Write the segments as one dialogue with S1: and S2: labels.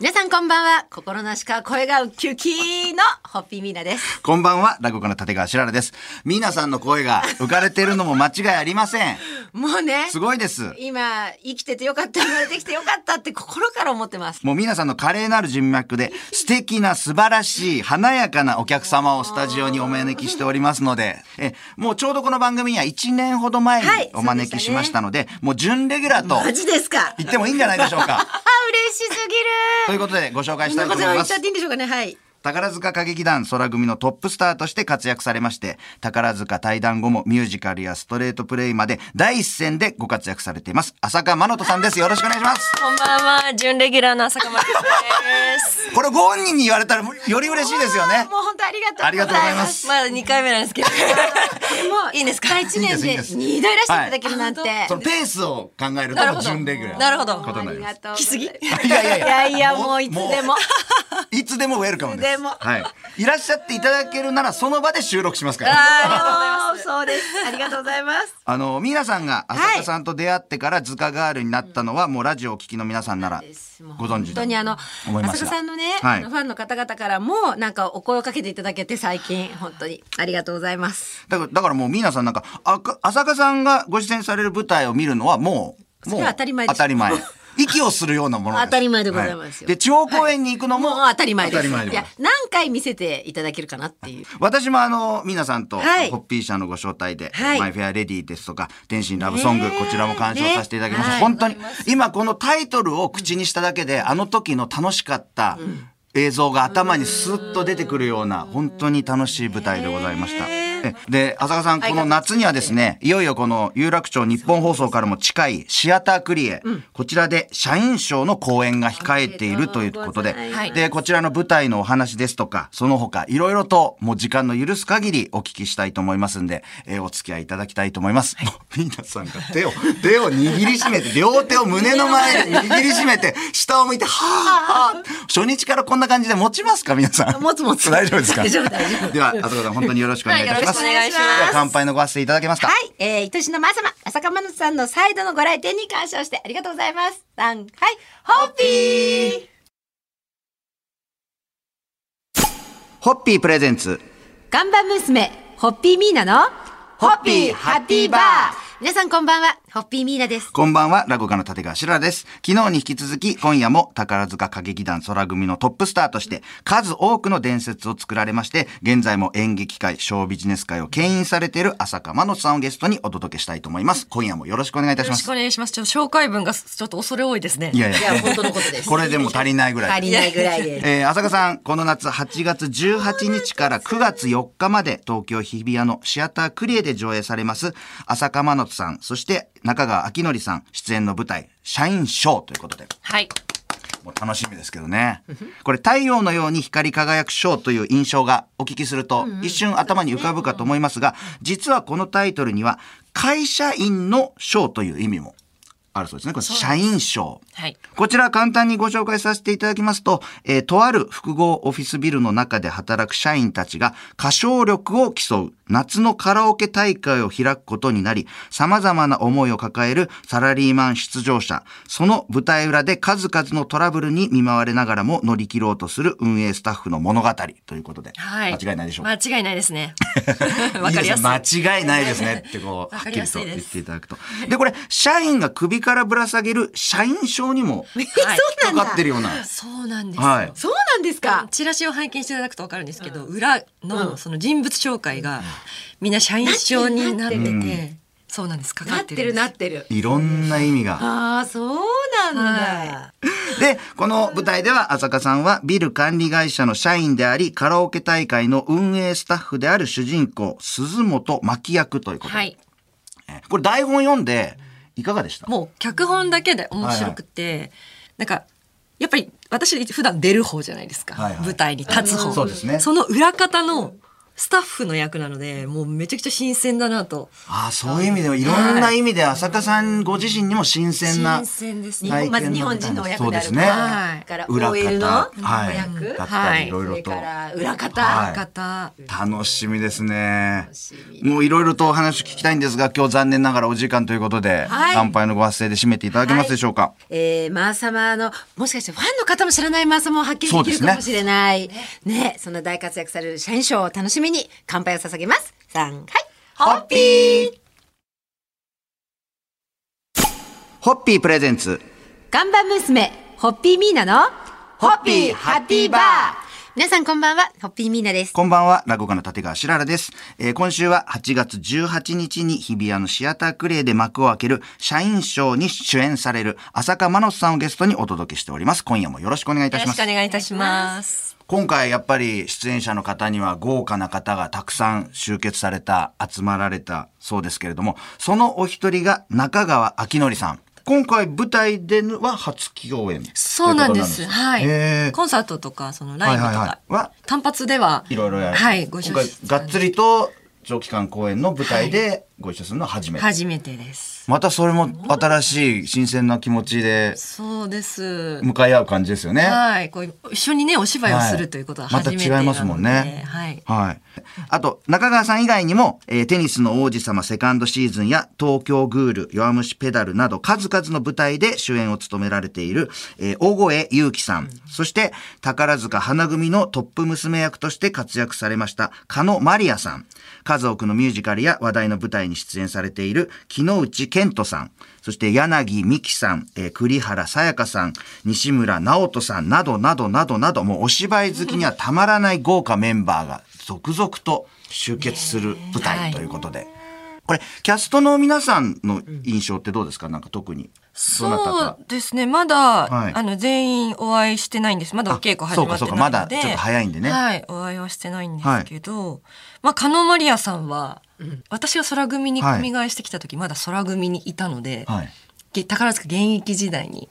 S1: 皆さんこんばんは。心なしか声がウキウキのホッピーミーナです。
S2: こんばんは、落語家の立川しららです。ミーナさんの声が浮かれてるのも間違いありません。
S1: もうね、
S2: すごいです。
S1: 今、生きててよかった、生まれてきてよかったって心から思ってます。
S2: もうミーナさんの華麗なる人脈で、素敵な素晴らしい華やかなお客様をスタジオにお招きしておりますので、え、もうちょうどこの番組には1年ほど前に
S1: はい
S2: お招きしましたので、もう準レギュラーと
S1: マジですか
S2: 言ってもいいんじゃないでしょう
S1: あ
S2: か。
S1: 嬉しす
S2: と
S1: ぎ
S2: い
S1: る
S2: うことでご紹介し
S1: こん
S2: た
S1: ないこと
S2: 思い
S1: と言
S2: ま
S1: っちゃ
S2: す
S1: っ。ていいんでしょうかねはい。
S2: 宝塚歌劇団空組のトップスターとして活躍されまして、宝塚退団後もミュージカルやストレートプレイまで第一線でご活躍されています。浅香真人さんです。よろしくお願いします。
S3: こんばんは、準レギュラーの坂間 です。
S2: これご本人に言われたらより嬉しいですよね。
S1: もう本当ありがとうございます。
S2: ありがとうございます
S3: まだ2回目なんです けど。
S1: もう、
S3: いいんですか
S1: たった一年
S2: いいんで
S1: で
S2: すいいんです
S1: 二度いらしていただけるなんて。
S2: そのペースを考えるともう準レギュラー。
S3: なるほど。
S2: ことにな
S1: あ
S2: り
S1: り
S2: ま
S1: が
S2: す。
S1: とう。
S3: 来すぎ
S2: いやいやい や
S1: いやいや、もういつでも。
S2: いつでもウェルカムです。
S1: いつでも
S2: はい。いらっしゃっていただけるならその場で収録しますから。
S1: あーそうです。ありがとうございます。
S2: あの、皆さんが浅香さんと出会ってからズカガールになったのは、もうラジオをお聞きの皆さんならご存知
S1: 本当にあの
S2: 思いま
S1: 浅
S2: す
S1: 香
S2: が
S1: さんのね、
S2: はい
S1: あのファンの方々からもなんかお声をかけていただけて最近本当にありがとうございます。
S2: だからだからもうミーナさんなんかあか浅香さんがご出演される舞台を見るのはもうも
S1: そうれは当たり前です
S2: 当たり 前息をするようなものです
S1: 当たり前でございますよ
S2: で地方公演に行くのも、
S1: もう当たり前です。
S2: 当たり前でご
S1: い
S2: ざい
S1: や
S2: ます
S1: 何回見せていただけるかなっていう。
S2: 私もあの、皆さんと、ホ
S1: はい
S2: ッピー社のご招待で、
S1: はい
S2: マイフェアレディですとか、天心ラブソング、
S1: ね
S2: こ
S1: え
S2: ちらも鑑賞させていただきました。
S1: ね
S2: 本当に、今このタイトルを口にしただけで、あの時の楽しかった映像が頭にスッと出てくるような、本当に楽しい舞台でございました。えで、浅香さん、この夏にはですね、いよいよこの有楽町日本放送からも近いシアタークリエ、こちらで社員賞の公演が控えているということで
S1: おめでとうございます、
S2: で、こちらの舞台のお話ですとか、その他、いろいろと、もう時間の許す限りお聞きしたいと思いますんで、えーお付き合いいただきたいと思います。 みんなさんが手を、 手を握りしめて、両手を胸の前で握りしめて、下を向いて、はぁ、はぁ、初日からこんな感じで持ちますか皆さん。
S1: 持つ持つ
S2: 大丈夫ですか
S1: 大丈夫大丈夫
S2: では、浅香さん、本当によろしくお願いいたします。
S3: はいよろしくお願いします
S2: では乾杯のご発声いただけますか。
S1: はい、えー、愛しのまさま、浅香真奈さんの再度のご来店に感謝をしてありがとうございます。さんはい、ホッピー
S2: ホッピープレゼンツ。
S1: 看板娘、ホッピーミーナの、
S2: ホッピーハッピーバー
S1: 皆さんこんばんは、ホッピーミーナです。
S2: こんばんは、落語家の立川しららです。昨日に引き続き、今夜も宝塚歌劇団空組のトップスターとして、数多くの伝説を作られまして、現在も演劇界、ショービジネス界を牽引されている浅香真野さんをゲストにお届けしたいと思います。今夜もよろしくお願いいたし
S3: よ
S2: ま
S3: ろしく
S2: す
S3: お。願いします。ちょっと紹介文がちょっと恐れ多いですね。
S2: いやい
S1: いや、
S2: や、
S1: 本当のことです。
S2: これでも足りないぐらい
S1: 足。りないぐらい です。
S2: えー、浅香さん、この夏8月18日から9月4日まで東京日比谷のシアタークリエで上映されます、浅香真之さん、そして中川明則さん出演の舞台、社員ショーということで、
S3: はい。
S2: もう楽しみですけどね。これ太陽のように光り輝くショーという印象がお聞きすると、一瞬頭に浮かぶかと思いますが、実はこのタイトルには、会社員のショーという意味もあるそうですね。これ社員賞。
S3: はい。
S2: こちら簡単にご紹介させていただきますと、えーとある複合オフィスビルの中で働く社員たちが歌唱力を競う夏のカラオケ大会を開くことになり、様々な思いを抱えるサラリーマン出場者、その舞台裏で数々のトラブルに見舞われながらも乗り切ろうとする運営スタッフの物語ということで、
S3: はい。
S2: 間違いないでしょうか。
S3: 間違いないですね。わかり
S2: で
S3: や
S2: す
S3: すい。
S2: ね間違いないですねってこ う、は
S3: わ
S2: っ
S3: か
S2: き
S3: り
S2: り
S3: や
S2: と
S3: すい
S2: 言
S3: で
S2: っ
S3: す
S2: ていただくと。で、これ、社員が首からぶら下げる社員証にも、
S3: はい
S2: かかってるような。
S3: そうなんですよ。
S2: はい。
S1: そうなんですか。
S3: チラシを拝見していただくとわかるんですけど、裏のその人物紹介がみんな社員証になってて、そうなんです。かか
S1: な
S3: っ
S1: ってて
S3: る
S1: る
S3: んです。
S1: なってる。
S2: いろんな意味が。
S1: ああ、そうなんだ。
S2: で、この舞台では浅香さんはビル管理会社の社員であり、カラオケ大会の運営スタッフである主人公、鈴本巻役ということで。
S3: はい。
S2: これ台本読んで、いかがでした
S3: もう脚本だけで面白くて、なんかやっぱり私普段出る方じゃないですか、
S2: はいはい
S3: 舞台に立つ
S2: うん
S3: 方
S2: そうですね
S3: の裏方のスタッフの役なのでもうめちゃくちゃ新鮮だなと
S2: ああ、そういう意味でも、いろんな意味で浅香さんご自身にも新鮮な
S3: 新。鮮です
S1: 日
S2: は
S3: ね
S2: い
S1: 本まず日本人のお役である
S2: そうですね
S1: はいから
S2: 裏
S1: OL の
S2: 方、
S1: お
S2: はい、
S1: 役
S2: だっ
S3: は
S2: たり、
S3: い
S2: いろい
S1: そ
S2: ろ
S1: れ
S2: と。
S1: から裏方、
S2: はい
S3: 方
S2: 楽しみですね
S1: し。み
S2: もういろいろとお話聞きたいんですが、今日残念ながらお時間ということで、
S1: はい
S2: 乾杯のご発声で締めていただけますでしょうか。
S1: えー、マーサマのもしかしてファンの方も知らないマーサマを発見できるかもしれないねそんな大活躍される社員賞を楽しみに乾杯を捧げますさんはいホッピー
S2: ホッピープレゼンツ。
S1: 看板娘ホッピーミーナの
S2: ホッピーハッピーバー
S1: 皆さんこんばんはホッピーミーナです
S2: こんばんは、落語家の立川しららです。えー今週は8月18日に日比谷のシアタークレイで幕を開ける社員賞に主演される浅香真乃さんをゲストにお届けしております。今夜もよろしくお願いいた
S3: よ
S2: し
S3: ろ
S2: ま
S3: しく
S2: す
S3: お。願いいたします
S2: 今回やっぱり出演者の方には豪華な方がたくさん集結された、集まられたそうですけれども、そのお一人が中川明則さん。今回舞台では初共演。
S3: そうなんです
S2: とうこと
S3: は
S2: なんです
S3: い
S2: へー
S3: コンサートとかそのライブとか、
S2: はいはいはいは
S3: 単発ではい
S2: ろいろやる。
S3: はいご一
S2: 今
S3: 緒
S2: 回
S3: し、
S2: がっつりと長期間公演の舞台でご一緒するのは初めて。
S3: 初めてです
S2: またそれも新しい新鮮な気持ちで
S3: そうです
S2: 向かい合う感じですよね。
S3: はい、こう一緒にねお芝居をするということは初めてな
S2: また
S3: ので、
S2: 違いますもんね。
S3: はい。
S2: はい。あと、中川さん以外にも、えーテニスの王子様セカンドシーズンや、東京グール、弱虫ペダルなど、数々の舞台で主演を務められている、えー大越祐樹さん、そして、宝塚花組のトップ娘役として活躍されました、加野マリアさん。数多くのミュージカルや話題の舞台に出演されている、木之内健人さん、そして柳美希さん、えー栗原さやかさん、西村直人さんなどなどなどなど、もうお芝居好きにはたまらない豪華メンバーが続々と集結する舞
S3: ね
S2: 台
S3: え
S2: ということで。これ、キャストの皆さんの印象ってどうですかなんか特に。どなたか
S3: そうですね。まだ、
S2: はい
S3: あの全員お会いしてないんです。まだお稽古始まって
S2: あそうかそうか
S3: ないので、
S2: まだちょっと早いんでね
S3: はい、お会いはしてないんですけど、まあカノマリアさんは、私が空組に組み替えしてきた時、まだ空組にいたので、
S2: はい。
S3: げ宝塚現役時代に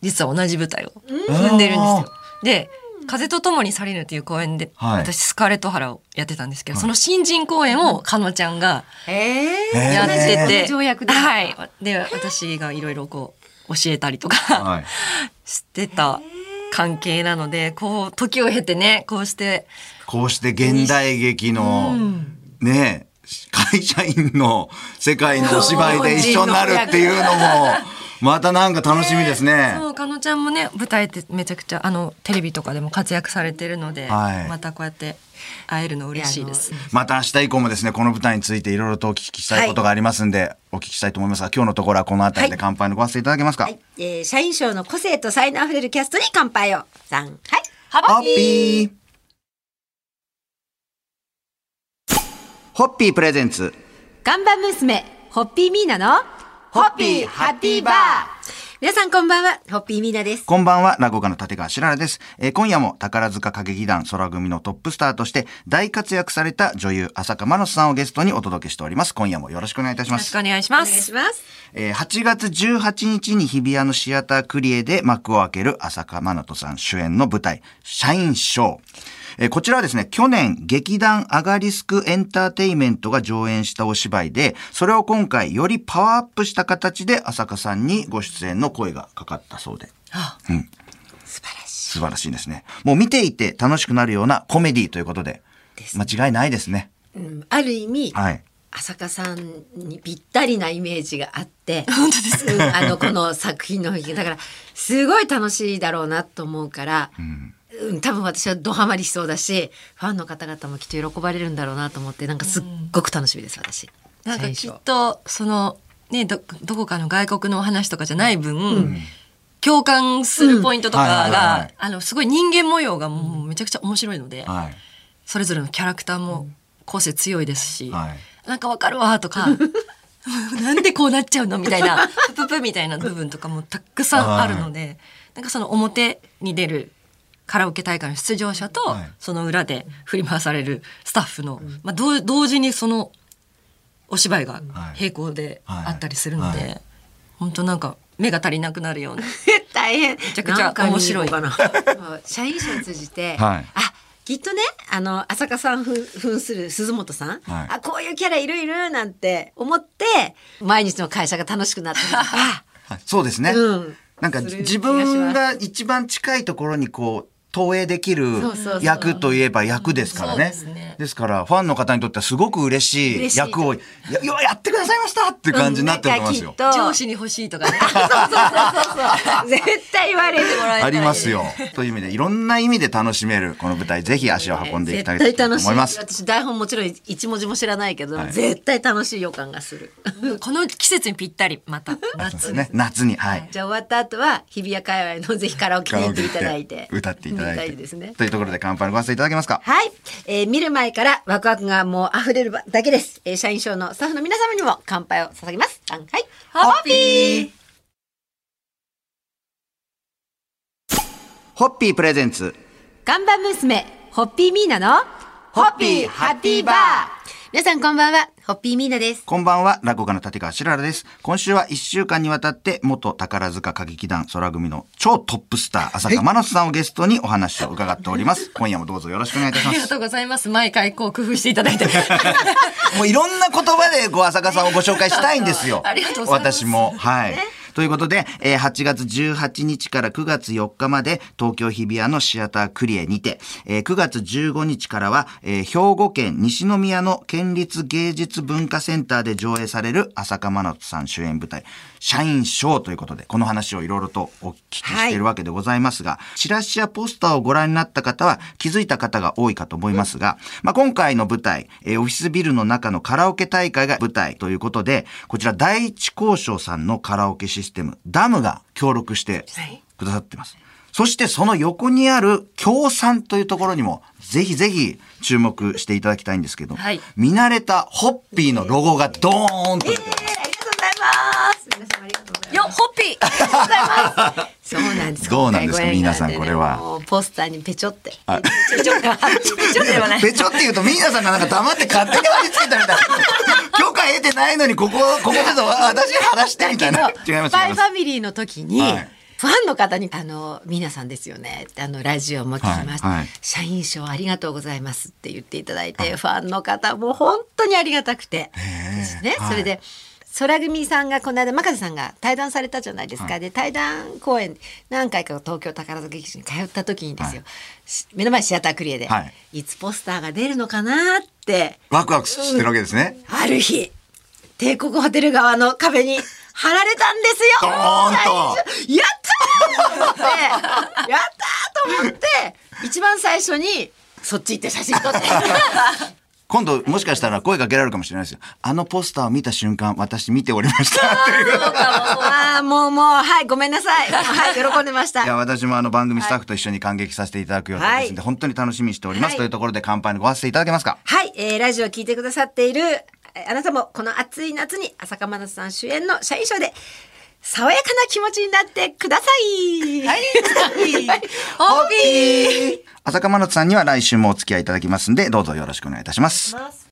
S3: 実は同じ舞台を踏んでるんですよ。で風と共に去りぬという公演で、
S2: はい
S3: 私スカーレットハラをやってたんですけど、その新人公演をかのちゃんが
S1: え
S2: ー
S3: やってて、
S1: 条約で
S3: はい、で私がいろいろこう教えたりとか、
S2: はい。
S3: してた関係なのでこう時を経てねこうして
S2: こうして現代劇の、ねえ、会社員の世界のお芝居で一緒になるっていうのも、またなんか楽しみですね。
S3: そうかのちゃんもね舞台ってめちゃくちゃあのテレビとかでも活躍されてるので、
S2: はい
S3: またこうやって会えるの嬉しいです。
S2: また明日以降もですね、この舞台についていろいろとお聞きしたいことがありますんで、お聞きしたいと思いますが、今日のところはこの辺りで乾杯のご発声いただけますか。
S1: はい、えー、社員賞の個性と才能あふれるキャストに乾杯をさんはい
S2: ホッピーホッピープレゼンツ。
S1: 看板娘、ホッピーミーナの、
S2: ホッピーハッピーバー
S1: 皆さんこんばんは、ホッピーミーナです。
S2: こんばんは、落語家の立川しららです。えー今夜も宝塚歌劇団空組のトップスターとして大活躍された女優浅香真乃さんをゲストにお届けしております。今夜もよろしくお願いいたし
S3: よ
S2: ま
S3: ろし
S2: す
S3: く。お願いし
S1: お
S3: ま
S1: 願い
S3: す
S1: し。ます。
S2: えー8月18日に日比谷のシアタークリエで幕を開ける浅香真奈人さん主演の舞台、社員賞。えーこちらはですね、去年劇団アガリスクエンターテイメントが上演したお芝居で、それを今回よりパワーアップした形で浅香さんにご出演の声がかかったそうで。
S3: あ
S1: 素晴らしい。
S2: 素晴らしいですね。もう見ていて楽しくなるようなコメディということで、間違いないですね。
S1: うん、ある意味、
S2: はい。
S1: 浅香さんにぴったりなイメージがあって、
S3: 本当です
S1: うんあの、この作品の、だから、すごい楽しいだろうなと思うから、うん、多分私はドハマりしそうだし、ファンの方々もきっと喜ばれるんだろうなと思って、なんかすっごく楽しみです、私。
S3: なん
S1: 社
S3: か
S1: 員
S3: きっ
S1: 賞
S3: とそのねどどこかの外国のお話とかじゃない分、共感するポイントとか
S2: うんはいはいはいは
S3: が
S2: い
S3: あのすごい人間模様がもうめちゃくちゃ面白いので、
S2: はい。
S3: それぞれのキャラクターも個性強いですし、
S2: はい
S3: なんかわかるわとか なんでこうなっちゃうのみたいな プププみたいな部分とかもたくさんあるので、なんかその表に出るカラオケ大会の出場者と、
S2: はい
S3: その裏で振り回されるスタッフの、まあ、同同時にそのお芝居が
S2: はい
S3: 並行で
S2: はい
S3: あったりするので、
S2: は
S3: 本当なんか目が足りなくなるような
S1: 大変め
S3: ちゃくちゃ面白い
S1: かな社員賞を通じて、
S2: はい
S1: あきっとねあの浅香さんふん扮する鈴本さん、
S2: はい
S1: あこういうキャラいるいるなんて思って毎日の会社が楽しくなって るとか
S2: はいそうですね。
S1: うん
S2: なんか
S1: する
S2: 自
S1: 気がしま
S2: 分
S1: す
S2: が一番近いところにこう投影できる
S1: そうそうそう
S2: 役といえば役ですからね。
S3: そうですね
S2: ですからファンの方にとってはすごく嬉し
S1: 嬉
S2: い
S1: しい
S2: 役をやようやってくださいましたっていう感じになってると思いますよ。
S1: なんかきっと
S3: 上司に欲しいとかね。
S1: 絶対言われる
S2: ありますよ。という意味でいろんな意味で楽しめるこの舞台ぜひ足を運んでいきたい
S1: 絶対
S2: と
S1: 楽しい
S2: 思います。
S1: 私台本もちろん一文字も知らないけど、
S2: はい
S1: 絶対楽しい予感がす る
S3: この季節にぴったり、また。
S2: そう
S3: 夏
S2: ですね。夏にはい。
S1: じゃあ終わった後は日比谷界隈のぜひカラオケに行っていただいて
S2: 歌っていただい
S1: 見
S2: て
S1: ですね
S2: というところで乾杯のご挨拶いただけますか。
S1: はい、えー見る前からワクワクがもう溢れるだけです、えー社員賞のスタッフの皆様にも乾杯を捧げます乾杯
S3: ハッピー
S2: ホッピープレゼンツ
S1: 看板娘、ホッピーミーナの、
S2: ホッピーハッピーバー
S1: 皆さんこんばんは、ホッピーミーナです。
S2: こんばんは、落語家の立川しららです。今週は1週間にわたって、元宝塚歌劇団空組の超トップスター、浅香真夏さんをゲストにお話を伺っております。今夜もどうぞよろしくお願いいたし
S3: あ
S2: ま
S3: りが
S2: す。
S3: とうございます。毎回こう工夫していただいて。
S2: もういろんな言葉で、こう、浅香さんをご紹介したいんですよ
S3: 。ありがとうございます
S2: 私も。はい。ということで、えー8月18日から9月4日まで東京日比谷のシアタークリエにて、えー9月15日からは、えー兵庫県西宮の県立芸術文化センターで上映される浅香真夏さん主演舞台、社員賞ということで、この話をいろいろとお聞きしているわけでございますが、チラシやポスターをご覧になった方は気づいた方が多いかと思いますが、まあ、今回の舞台、えーオフィスビルの中のカラオケ大会が舞台ということで、こちら第一交渉さんのカラオケシステム、ダムが協力して
S3: はい
S2: くださってます。そしてその横にある協賛というところにも、ぜひぜひ注目していただきたいんですけど、
S3: はい
S2: 見慣れたホッピーのロゴがドーンと出てます
S1: ありがとうございます。皆様ありがとうござい
S3: よ、ホッ ピー
S1: ます。そうなんです。
S2: どうなんですか
S1: 今回ご縁があって
S2: 皆さんこれは
S1: もうポスターにペチョって。ペチョが ペチョではない。
S2: べちょって言うと、ミーナさんがなんか黙って勝手に貼り付けたみた いな。許可得てないのに、ここ、ここでぞ私話してみたい な。違います、違い
S1: ス
S2: ます
S1: パイフ。ァミリーの時に、
S2: はい
S1: ファンの方に「あの皆さんですよね」あのラジオも聞きました、
S2: はいはい
S1: 社員賞ありがとうございます」って言っていただいて、ファンの方も本当にありがたくてですね、
S2: はい
S1: それで空組さんがこの間真壁さんが対談されたじゃないですか、で対談公演何回か東京宝塚劇場に通った時にですよ、し目の前シアタークリエで、
S2: はい
S1: い、つポスターが出るのかなって
S2: ワクワクしてるわけですね。
S1: ある日、帝国ホテル側の壁に貼られたんです
S2: ド
S1: よ
S2: ーンと
S1: 最初やったーと思って、やったーと思って、一番最初に、そっち行って写真 撮って。
S2: 今度、もしかしたら声かけられるかもしれないですよ。あのポスターを見た瞬間、私見ておりま したっていう。
S1: ああ、もうもう、はい、ごめんなさい。はい、喜んでまし
S2: いや、
S1: た。
S2: 私もあの番組スタッフと一緒に感激させていただく予定ですので、
S1: はい
S2: 本当に楽しみにしております。
S1: はい
S2: というところで乾杯のご発声いただけますか。
S1: はい、えーラジオ聞いてくださっている、えーあなたもこの暑い夏に浅香真奈さん主演の社員賞で、爽やかな気持ちになってください。はい、
S3: ホッピー
S2: 浅香真夏さんには来週もお付き合いいただきますんで、どうぞよろしくお願いいたします。
S3: ます